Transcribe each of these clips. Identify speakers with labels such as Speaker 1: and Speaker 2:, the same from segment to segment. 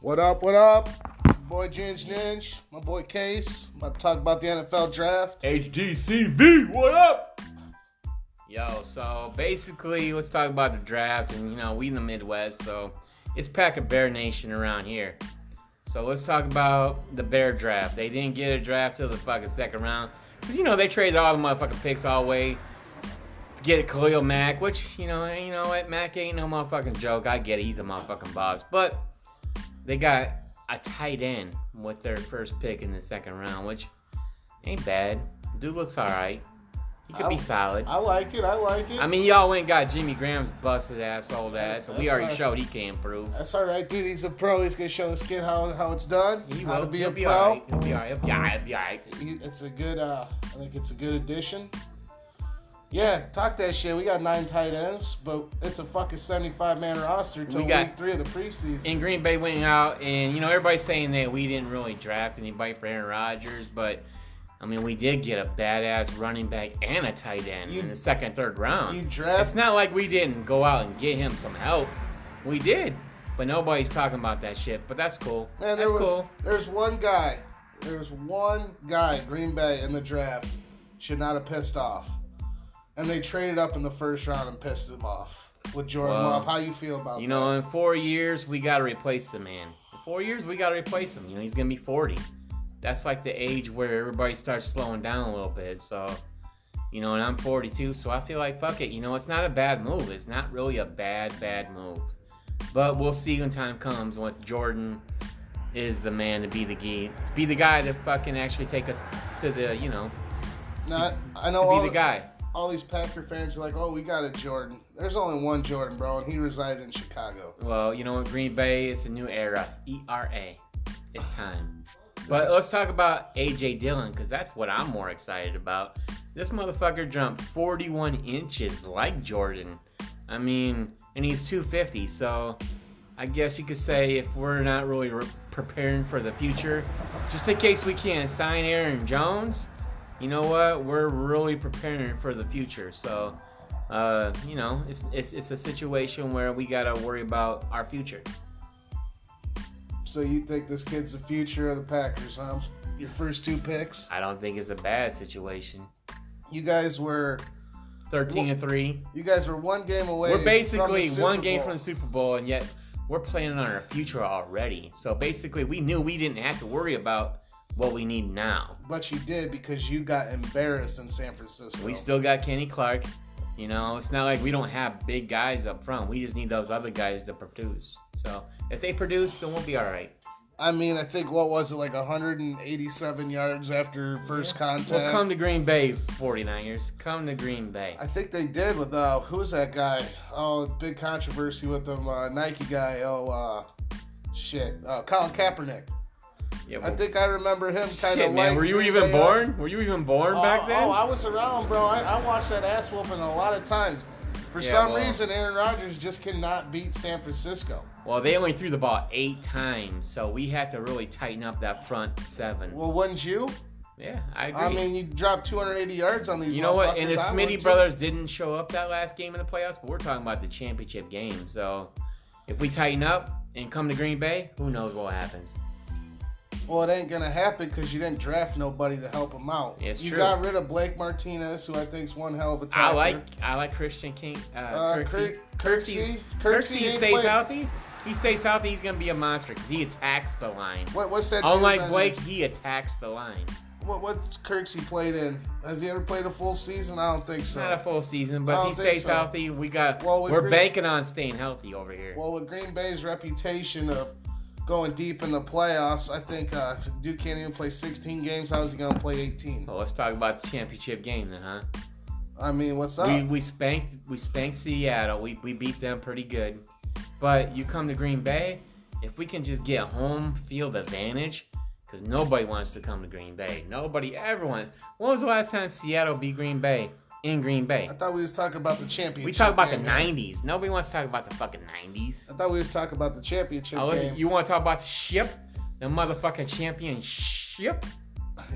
Speaker 1: What up? What up? Boy Ginge Ninge, my boy Case. I'm about to talk about the NFL draft.
Speaker 2: HGCV, what up? Yo, so basically, let's talk about the draft, and you know, we in the Midwest, so it's pack of bear nation around here. So let's talk about the bear draft. They didn't get a draft till the fucking second round, 'Cause, you know they traded all the motherfucking picks all the way to get Khalil Mack, which you know, and you know what, Mack ain't no motherfucking joke. I get it, he's a motherfucking boss, but they got a tight end with their first pick in the second round, which ain't bad. Dude looks all right. He could
Speaker 1: I-
Speaker 2: be solid.
Speaker 1: I like it. I like it.
Speaker 2: I mean, y'all went and got Jimmy Graham's busted ass, all that, so we
Speaker 1: That's
Speaker 2: already
Speaker 1: right.
Speaker 2: showed he can improve.
Speaker 1: that's all right, dude. He's a pro. He's gonna show his kid how, how it's done.
Speaker 2: He
Speaker 1: how
Speaker 2: will.
Speaker 1: to be
Speaker 2: He'll
Speaker 1: a
Speaker 2: be
Speaker 1: pro.
Speaker 2: alright. He'll be alright. He'll be alright. He'll be alright.
Speaker 1: He, it's a good. Uh, I think it's a good addition. Yeah, talk that shit. We got nine tight ends, but it's a fucking seventy-five man roster till
Speaker 2: We got-
Speaker 1: week three of the preseason.
Speaker 2: And Green Bay went out, and you know everybody's saying that we didn't really draft anybody for Aaron Rodgers, but I mean we did get a badass running back and a tight end
Speaker 1: You-
Speaker 2: in the second, third round.
Speaker 1: you
Speaker 2: it's
Speaker 1: draft
Speaker 2: not like we didn't go out and get him some help. We did, but nobody's talking about that shit. But that's cool.
Speaker 1: Man, there
Speaker 2: that's
Speaker 1: was
Speaker 2: cool.
Speaker 1: there's one guy, there's one guy Green Bay in the draft should not have pissed off, and they traded up in the first round and pissed him off with Jordan
Speaker 2: Well,
Speaker 1: Love. How you feel about
Speaker 2: You
Speaker 1: that?
Speaker 2: know, in four years we gotta replace the man. In four years we gotta replace him. You know, he's gonna be forty. That's like the age where everybody starts slowing down a little bit. So, you know, and I'm 42, so I feel like fuck it. You know, it's not a bad move. It's not really a bad bad move. But we'll see when time comes when Jordan is the man to be the guy, be the guy to fucking actually take us to the, you know,
Speaker 1: Not, I
Speaker 2: to
Speaker 1: know
Speaker 2: be
Speaker 1: all,
Speaker 2: the guy.
Speaker 1: all these Packer fans are like, "Oh, we got a Jordan." There's only one Jordan, bro, and he resided in Chicago.
Speaker 2: Well, you know what, Green Bay, it's a new era. ERA. It's time. But let's talk about AJ Dillon, because that's what I'm more excited about. This motherfucker jumped 41 inches like Jordan. I mean, and he's 250, so I guess you could say if we're not really re- preparing for the future, just in case we can't sign Aaron Jones, you know what? We're really preparing for the future. So, uh, you know, it's, it's, it's a situation where we got to worry about our future.
Speaker 1: So you think this kid's the future of the Packers, huh? Your first two picks,
Speaker 2: I don't think it's a bad situation.
Speaker 1: you guys were
Speaker 2: 13 and 3.
Speaker 1: you guys were one game away.
Speaker 2: We're basically
Speaker 1: from the
Speaker 2: one
Speaker 1: Super
Speaker 2: game
Speaker 1: Bowl.
Speaker 2: from the Super Bowl, and yet we're planning on our future already. So basically, we knew we didn't have to worry about what we need now.
Speaker 1: But you did because you got embarrassed in San Francisco.
Speaker 2: We still got Kenny Clark. You know, it's not like we don't have big guys up front. We just need those other guys to produce. So if they produce, then we'll be all right.
Speaker 1: I mean, I think what was it like 187 yards after first contact.
Speaker 2: Well, come to Green Bay, 49ers. Come to Green Bay.
Speaker 1: I think they did with uh, who was that guy? Oh, big controversy with them uh, Nike guy. Oh, uh, shit, uh, Colin Kaepernick.
Speaker 2: Yeah,
Speaker 1: I think I remember him kind
Speaker 2: shit,
Speaker 1: of
Speaker 2: man.
Speaker 1: like.
Speaker 2: Were you
Speaker 1: Green
Speaker 2: even
Speaker 1: Bay up.
Speaker 2: born? Were you even born back
Speaker 1: uh, oh,
Speaker 2: then?
Speaker 1: Oh, I was around, bro. I, I watched that ass whooping a lot of times. For
Speaker 2: Yeah,
Speaker 1: some
Speaker 2: well-
Speaker 1: reason, Aaron Rodgers just cannot beat San Francisco.
Speaker 2: Well, they only threw the ball eight times, so we had to really tighten up that front seven.
Speaker 1: Well, wouldn't you?
Speaker 2: yeah, I agree.
Speaker 1: I mean, you dropped 280 yards on these.
Speaker 2: you know what?
Speaker 1: motherfuckers.
Speaker 2: And if
Speaker 1: I would,
Speaker 2: Smitty
Speaker 1: too.
Speaker 2: brothers didn't show up that last game in the playoffs, but we're talking about the championship game. So if we tighten up and come to Green Bay, who knows what happens?
Speaker 1: Well, it ain't gonna happen because you didn't draft nobody to help him out.
Speaker 2: It's
Speaker 1: you
Speaker 2: true.
Speaker 1: got rid of Blake Martinez, who I think's one hell of a
Speaker 2: I
Speaker 1: tackler.
Speaker 2: like I like Christian King. Uh,
Speaker 1: uh,
Speaker 2: Kirksey.
Speaker 1: Kirk- Kirksey. Kirksey,
Speaker 2: Kirksey
Speaker 1: ain't
Speaker 2: stays
Speaker 1: playing.
Speaker 2: healthy. He stays healthy. He's gonna be a monster because he attacks the line.
Speaker 1: What, what's that? dude
Speaker 2: Unlike
Speaker 1: been-
Speaker 2: Blake, he attacks the line.
Speaker 1: what, what's Kirksey played in? Has he ever played a full season? I don't think so.
Speaker 2: Not a full season,
Speaker 1: I
Speaker 2: but
Speaker 1: don't
Speaker 2: if he
Speaker 1: think
Speaker 2: stays
Speaker 1: so.
Speaker 2: healthy. We got
Speaker 1: Well, with
Speaker 2: we're
Speaker 1: Green-
Speaker 2: banking on staying healthy over here.
Speaker 1: well, with Green Bay's reputation of going deep in the playoffs, I think uh, if Duke can't even play 16 games, how's he gonna play 18?
Speaker 2: so let's talk about the championship game then, huh?
Speaker 1: I mean, what's up?
Speaker 2: We we spanked we spanked Seattle. We we beat them pretty good. But you come to Green Bay, if we can just get home field advantage, because nobody wants to come to Green Bay. Nobody ever wants. When was the last time Seattle beat Green Bay in Green Bay?
Speaker 1: I thought we was talking about the championship.
Speaker 2: We talk about the
Speaker 1: game here.
Speaker 2: '90s. Nobody wants to talk about the fucking '90s.
Speaker 1: I thought we was talking about the championship
Speaker 2: Oh,
Speaker 1: game.
Speaker 2: you want to talk about the ship, the motherfucking championship?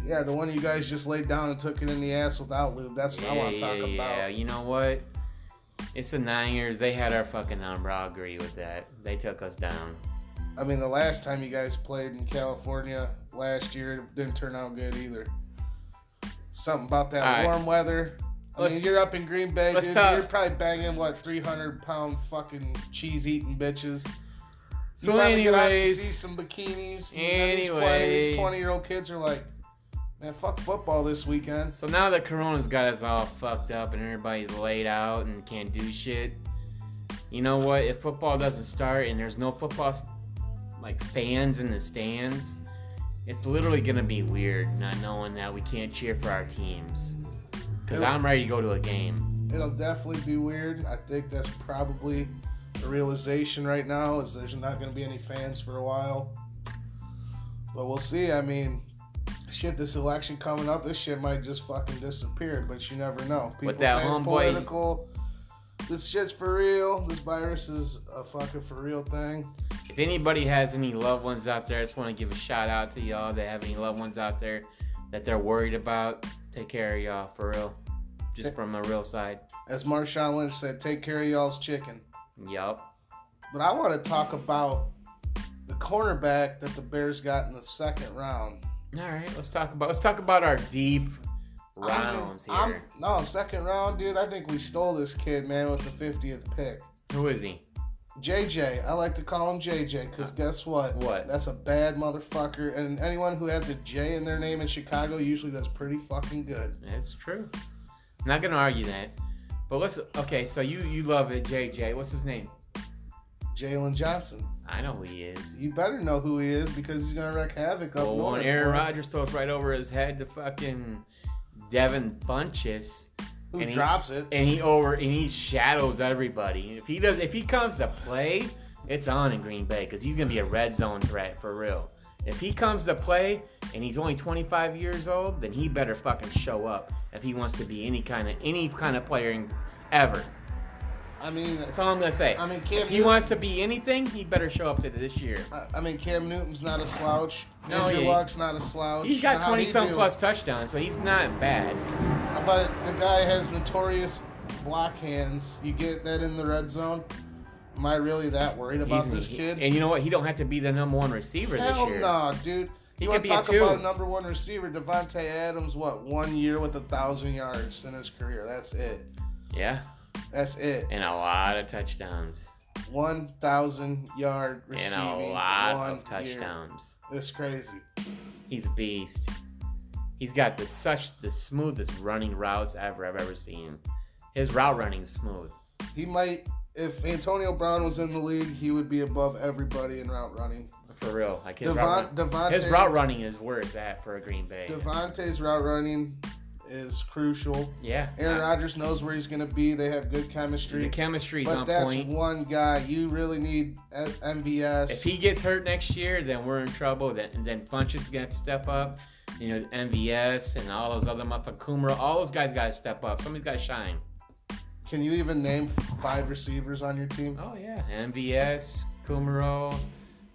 Speaker 1: Yeah, the one you guys just laid down and took it in the ass without lube. That's what I want to talk
Speaker 2: Yeah,
Speaker 1: about.
Speaker 2: you know what? It's the Niners. They had our fucking number. I'll agree with that. They took us down.
Speaker 1: I mean, the last time you guys played in California last year it didn't turn out good either. Something about that
Speaker 2: All right.
Speaker 1: warm weather. I
Speaker 2: Let's-
Speaker 1: mean, you're up in Green Bay,
Speaker 2: let's
Speaker 1: dude.
Speaker 2: talk-
Speaker 1: You're probably banging what 300 pound fucking cheese eating bitches.
Speaker 2: So
Speaker 1: finally get out and you
Speaker 2: anyways-
Speaker 1: see some bikinis. And then these playing,
Speaker 2: Anyways.
Speaker 1: these 20 year old kids are like, man, fuck football this weekend.
Speaker 2: So now that Corona's got us all fucked up and everybody's laid out and can't do shit, you know what? If football doesn't start and there's no football like fans in the stands, it's literally gonna be weird not knowing that we can't cheer for our teams. Cause
Speaker 1: It'll-
Speaker 2: I'm ready to go to a game.
Speaker 1: It'll definitely be weird. I think that's probably the realization right now is there's not going to be any fans for a while. But we'll see. I mean, shit, this election coming up, this shit might just fucking disappear. But you never know. People
Speaker 2: With that
Speaker 1: say it's
Speaker 2: homeboy-
Speaker 1: political. This shit's for real. This virus is a fucking for real thing.
Speaker 2: If anybody has any loved ones out there, I just want to give a shout out to y'all that have any loved ones out there that they're worried about. Take care of y'all for real, just from a real side.
Speaker 1: As Marshawn Lynch said, take care of y'all's chicken.
Speaker 2: Yup.
Speaker 1: But I want to talk about the cornerback that the Bears got in the second round.
Speaker 2: All right, let's talk about let's talk about our deep
Speaker 1: I mean,
Speaker 2: rounds
Speaker 1: I'm-
Speaker 2: here.
Speaker 1: no, second round, dude. I think we stole this kid, man, with the 50th pick.
Speaker 2: Who is he?
Speaker 1: JJ, I like to call him JJ because guess what?
Speaker 2: What?
Speaker 1: That's a bad motherfucker. And anyone who has a J in their name in Chicago, usually that's pretty fucking good.
Speaker 2: That's true. Not gonna argue that. But let's okay. So you you love it, JJ. What's his name?
Speaker 1: Jalen Johnson.
Speaker 2: I know who he is.
Speaker 1: You better know who he is because he's going to wreak havoc up
Speaker 2: Well,
Speaker 1: north.
Speaker 2: when Aaron
Speaker 1: boy.
Speaker 2: Rodgers throws right over his head to fucking Devin Funches,
Speaker 1: Who
Speaker 2: and he-
Speaker 1: drops it.
Speaker 2: and he over and he shadows everybody. If he does, if he comes to play, it's on in Green Bay because he's gonna be a red zone threat for real. If he comes to play and he's only 25 years old, then he better fucking show up if he wants to be any kind of any kind of player in, ever.
Speaker 1: I mean,
Speaker 2: That's all I'm gonna say.
Speaker 1: I mean,
Speaker 2: if
Speaker 1: Cam
Speaker 2: he wants to be anything, he better show up to this year.
Speaker 1: I I mean, Cam Newton's not a slouch.
Speaker 2: No,
Speaker 1: Andrew
Speaker 2: he-
Speaker 1: Luck's not a slouch.
Speaker 2: He's got
Speaker 1: Oh, How'd
Speaker 2: 20
Speaker 1: he
Speaker 2: some
Speaker 1: do?
Speaker 2: plus touchdowns, so he's not bad.
Speaker 1: But the guy has notorious block hands. You get that in the red zone. Am I really that worried about
Speaker 2: He's-
Speaker 1: this
Speaker 2: he-
Speaker 1: kid?
Speaker 2: And you know what? He don't have to be the number one receiver
Speaker 1: Hell
Speaker 2: this year.
Speaker 1: no, dude.
Speaker 2: He
Speaker 1: you
Speaker 2: could
Speaker 1: want
Speaker 2: be
Speaker 1: to
Speaker 2: a
Speaker 1: talk
Speaker 2: two.
Speaker 1: about a number one receiver, Devontae Adams? What one year with a thousand yards in his career? That's it.
Speaker 2: Yeah,
Speaker 1: That's it.
Speaker 2: and a lot of touchdowns.
Speaker 1: One thousand yard
Speaker 2: and
Speaker 1: receiving.
Speaker 2: a lot
Speaker 1: one
Speaker 2: of
Speaker 1: Year.
Speaker 2: touchdowns.
Speaker 1: It's crazy.
Speaker 2: He's a beast. He's got the such the smoothest running routes ever I've ever seen. His route running is smooth.
Speaker 1: He might. If Antonio Brown was in the league, he would be above everybody in route running.
Speaker 2: For real. Like his, route,
Speaker 1: Devon,
Speaker 2: run-
Speaker 1: Devontae,
Speaker 2: his route running is where it's at for a Green Bay.
Speaker 1: Devontae's route running is crucial.
Speaker 2: yeah.
Speaker 1: Aaron
Speaker 2: uh,
Speaker 1: Rodgers knows where he's going to be. They have good
Speaker 2: the
Speaker 1: chemistry.
Speaker 2: chemistry's
Speaker 1: But
Speaker 2: on
Speaker 1: that's
Speaker 2: point.
Speaker 1: one guy. You really need M- MVS.
Speaker 2: If he gets hurt next year, then we're in trouble. Then then Funch is gonna step up. You know, MVS and all those other motherfuckers, Kumra, all those guys gotta step up. Somebody's gotta shine.
Speaker 1: Can you even name five receivers on your team?
Speaker 2: Oh yeah, MVS, Kumaro,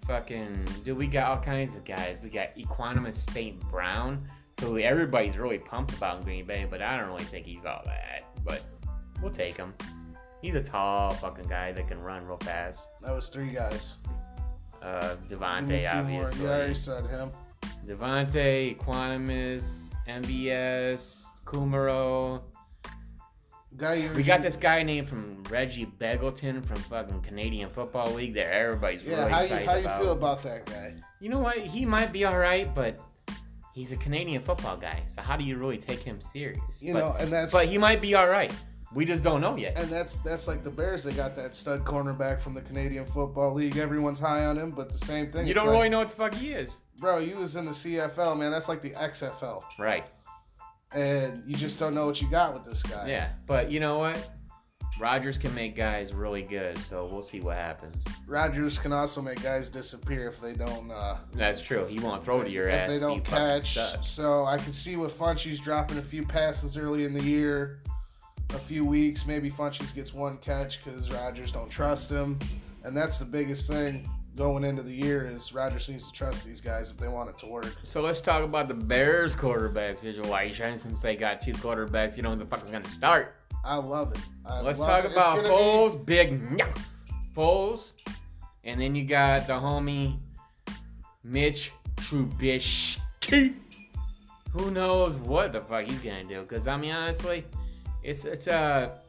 Speaker 2: fucking dude. We got all kinds of guys. We got Equanimous St. Brown, who everybody's really pumped about in Green Bay, but I don't really think he's all that. But we'll take him. He's a tall fucking guy that can run real fast.
Speaker 1: That was three guys.
Speaker 2: Uh,
Speaker 1: Give me
Speaker 2: Devontae,
Speaker 1: two more. You already
Speaker 2: obviously.
Speaker 1: said him.
Speaker 2: Devontae, Equanimous, MVS, Kumaro.
Speaker 1: Guy you
Speaker 2: We got this guy named from Reggie Beggleton from fucking Canadian Football League that everybody's
Speaker 1: Yeah,
Speaker 2: really
Speaker 1: how
Speaker 2: excited
Speaker 1: you, how you
Speaker 2: about.
Speaker 1: feel about that guy?
Speaker 2: You know what? He might be all right, but he's a Canadian football guy. So how do you really take him serious?
Speaker 1: You
Speaker 2: but,
Speaker 1: know, and that's
Speaker 2: but he might be all right. We just don't know yet.
Speaker 1: and that's that's like the Bears. They got that stud cornerback from the Canadian Football League. Everyone's high on him, but the same thing.
Speaker 2: You
Speaker 1: it's
Speaker 2: don't
Speaker 1: like,
Speaker 2: really know what the fuck he is.
Speaker 1: bro. You was in the CFL, man. That's like the XFL,
Speaker 2: Right.
Speaker 1: and you just don't know what you got with this guy.
Speaker 2: Yeah. But you know what? Rodgers can make guys really good, so we'll see what happens.
Speaker 1: Rodgers can also make guys disappear if they don't uh,
Speaker 2: That's true. He won't throw to your
Speaker 1: if
Speaker 2: ass.
Speaker 1: they
Speaker 2: you
Speaker 1: don't
Speaker 2: fucking
Speaker 1: catch.
Speaker 2: suck.
Speaker 1: So I can see with Funchies dropping a few passes early in the year, a few weeks maybe Funchies gets one catch because Rodgers don't trust him, and that's the biggest thing going into the year is Rodgers needs to trust these guys if they want it to work.
Speaker 2: So let's talk about the Bears quarterbacks situation since they got two quarterbacks. You know who the fuck is going to start.
Speaker 1: I love it. I
Speaker 2: Let's
Speaker 1: love
Speaker 2: talk
Speaker 1: it. It's
Speaker 2: about
Speaker 1: gonna be-
Speaker 2: Foles, big Nyah. Foles, And then you got the homie Mitch Trubisky. Who knows what the fuck he's gonna do? Because I mean, honestly, it's it's a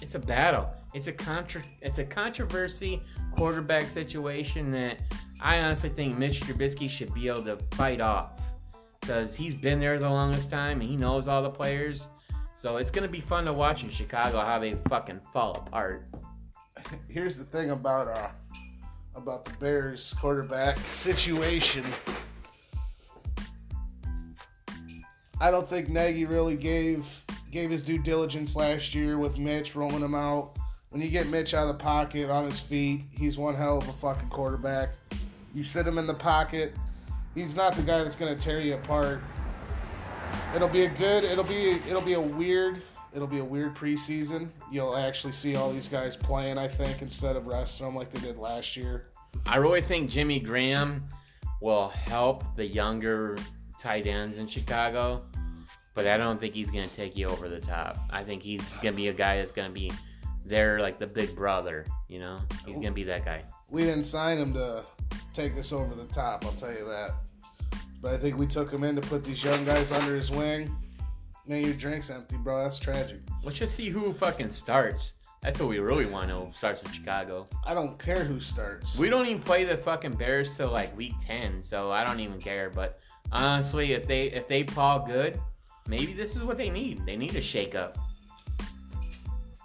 Speaker 2: it's a battle. It's a contra it's a controversy quarterback situation that I honestly think Mitch Trubisky should be able to fight off because he's been there the longest time and he knows all the players. So it's gonna be fun to watch in Chicago how they fucking fall apart.
Speaker 1: Here's the thing about uh about the Bears quarterback situation. I don't think Nagy really gave gave his due diligence last year with Mitch rolling him out. When you get Mitch out of the pocket on his feet, he's one hell of a fucking quarterback. You sit him in the pocket, he's not the guy that's gonna tear you apart. It'll be a good. It'll be. It'll be a weird. It'll be a weird preseason. You'll actually see all these guys playing, I think, instead of resting them like they did last year.
Speaker 2: I really think Jimmy Graham will help the younger tight ends in Chicago, but I don't think he's going to take you over the top. I think he's going to be a guy that's going to be there like the big brother, you know? He's going to be that guy.
Speaker 1: We didn't sign him to take us over the top. I'll tell you that. But I think we took him in to put these young guys under his wing. Man, your drink's empty, bro. That's tragic.
Speaker 2: Let's just see who fucking starts. That's what we really want to start in Chicago.
Speaker 1: I don't care who starts.
Speaker 2: We don't even play the fucking Bears till like week 10, so I don't even care, but honestly, if they if they paw good, maybe this is what they need. They need a shake up.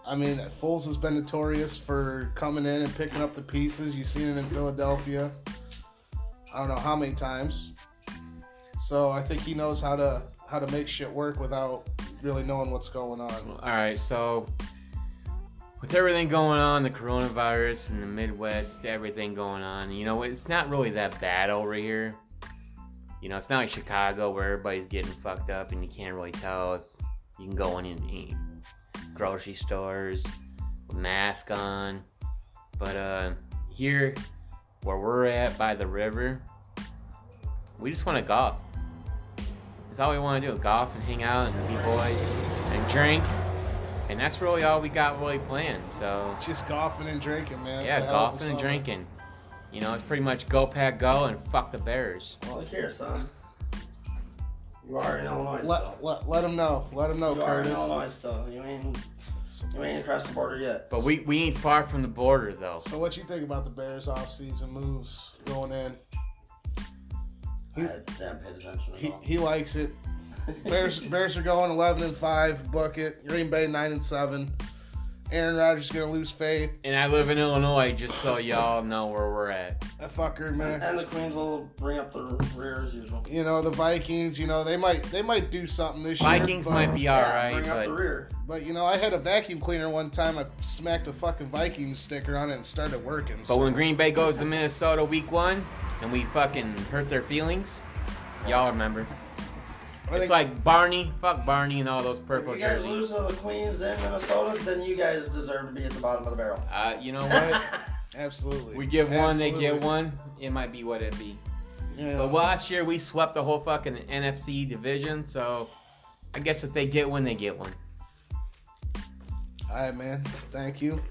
Speaker 1: I mean, Foles has been notorious for coming in and picking up the pieces. You've seen it in Philadelphia. I don't know how many times. So I think he knows how to how to make shit work without really knowing what's going on.
Speaker 2: All right, so with everything going on, the coronavirus in the Midwest, everything going on, you know, it's not really that bad over here. You know, it's not like Chicago where everybody's getting fucked up and you can't really tell. If you can go in and eat grocery stores with mask on, but uh, here where we're at by the river, we just want to golf. That's all we want to do: golf and hang out and be boys and drink. And that's really all we got really planned. So
Speaker 1: Just golfing and drinking, man. It's
Speaker 2: yeah,
Speaker 1: a hell of a
Speaker 2: golfing and
Speaker 1: summer.
Speaker 2: drinking. You know, it's pretty much go pack go and fuck the Bears.
Speaker 3: Look here, son. You are in Illinois still.
Speaker 1: Let, let, let him know. Let him know,
Speaker 3: you are in
Speaker 1: Curtis.
Speaker 3: Illinois still. You ain't you ain't across the border yet.
Speaker 2: But we we ain't far from the border though.
Speaker 1: So what you think about the Bears offseason moves going in?
Speaker 3: I haven't paid attention at
Speaker 1: He,
Speaker 3: all.
Speaker 1: he likes it. Bears Bears are going 11 and 5 bucket. Green Bay 9 and 7. Aaron Rodgers is going to lose faith.
Speaker 2: And I live in Illinois, just so y'all know where we're at.
Speaker 1: That fucker, man.
Speaker 3: and the Queens will bring up the rear as usual.
Speaker 1: You know, the Vikings, you know, they might they might do something this year.
Speaker 2: Vikings
Speaker 1: but-
Speaker 2: might be
Speaker 3: Yeah,
Speaker 2: alright,
Speaker 3: bring up the
Speaker 2: but
Speaker 3: rear.
Speaker 1: But you know, I had a vacuum cleaner one time. I smacked a fucking Vikings sticker on it and started working.
Speaker 2: but
Speaker 1: So
Speaker 2: when Green Bay goes to Minnesota week one and we fucking hurt their feelings, y'all remember.
Speaker 1: I
Speaker 2: It's
Speaker 1: think-
Speaker 2: like Barney, fuck Barney and all those
Speaker 3: If
Speaker 2: purple
Speaker 3: you guys
Speaker 2: jerseys.
Speaker 3: lose to the Queens and Minnesota, then you guys deserve to be at the bottom of the barrel.
Speaker 2: Uh, you know what?
Speaker 1: absolutely,
Speaker 2: We give one, they
Speaker 1: Absolutely.
Speaker 2: get one. It might be what it be.
Speaker 1: Yeah.
Speaker 2: But last year we swept the whole fucking NFC division, so I guess if they get one, they get one.
Speaker 1: All right, man. Thank you.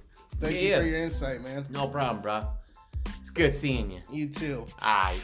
Speaker 1: Thank you
Speaker 2: Yeah.
Speaker 1: for your insight, man.
Speaker 2: No problem, bro. It's good seeing you.
Speaker 1: You too.
Speaker 2: Aye.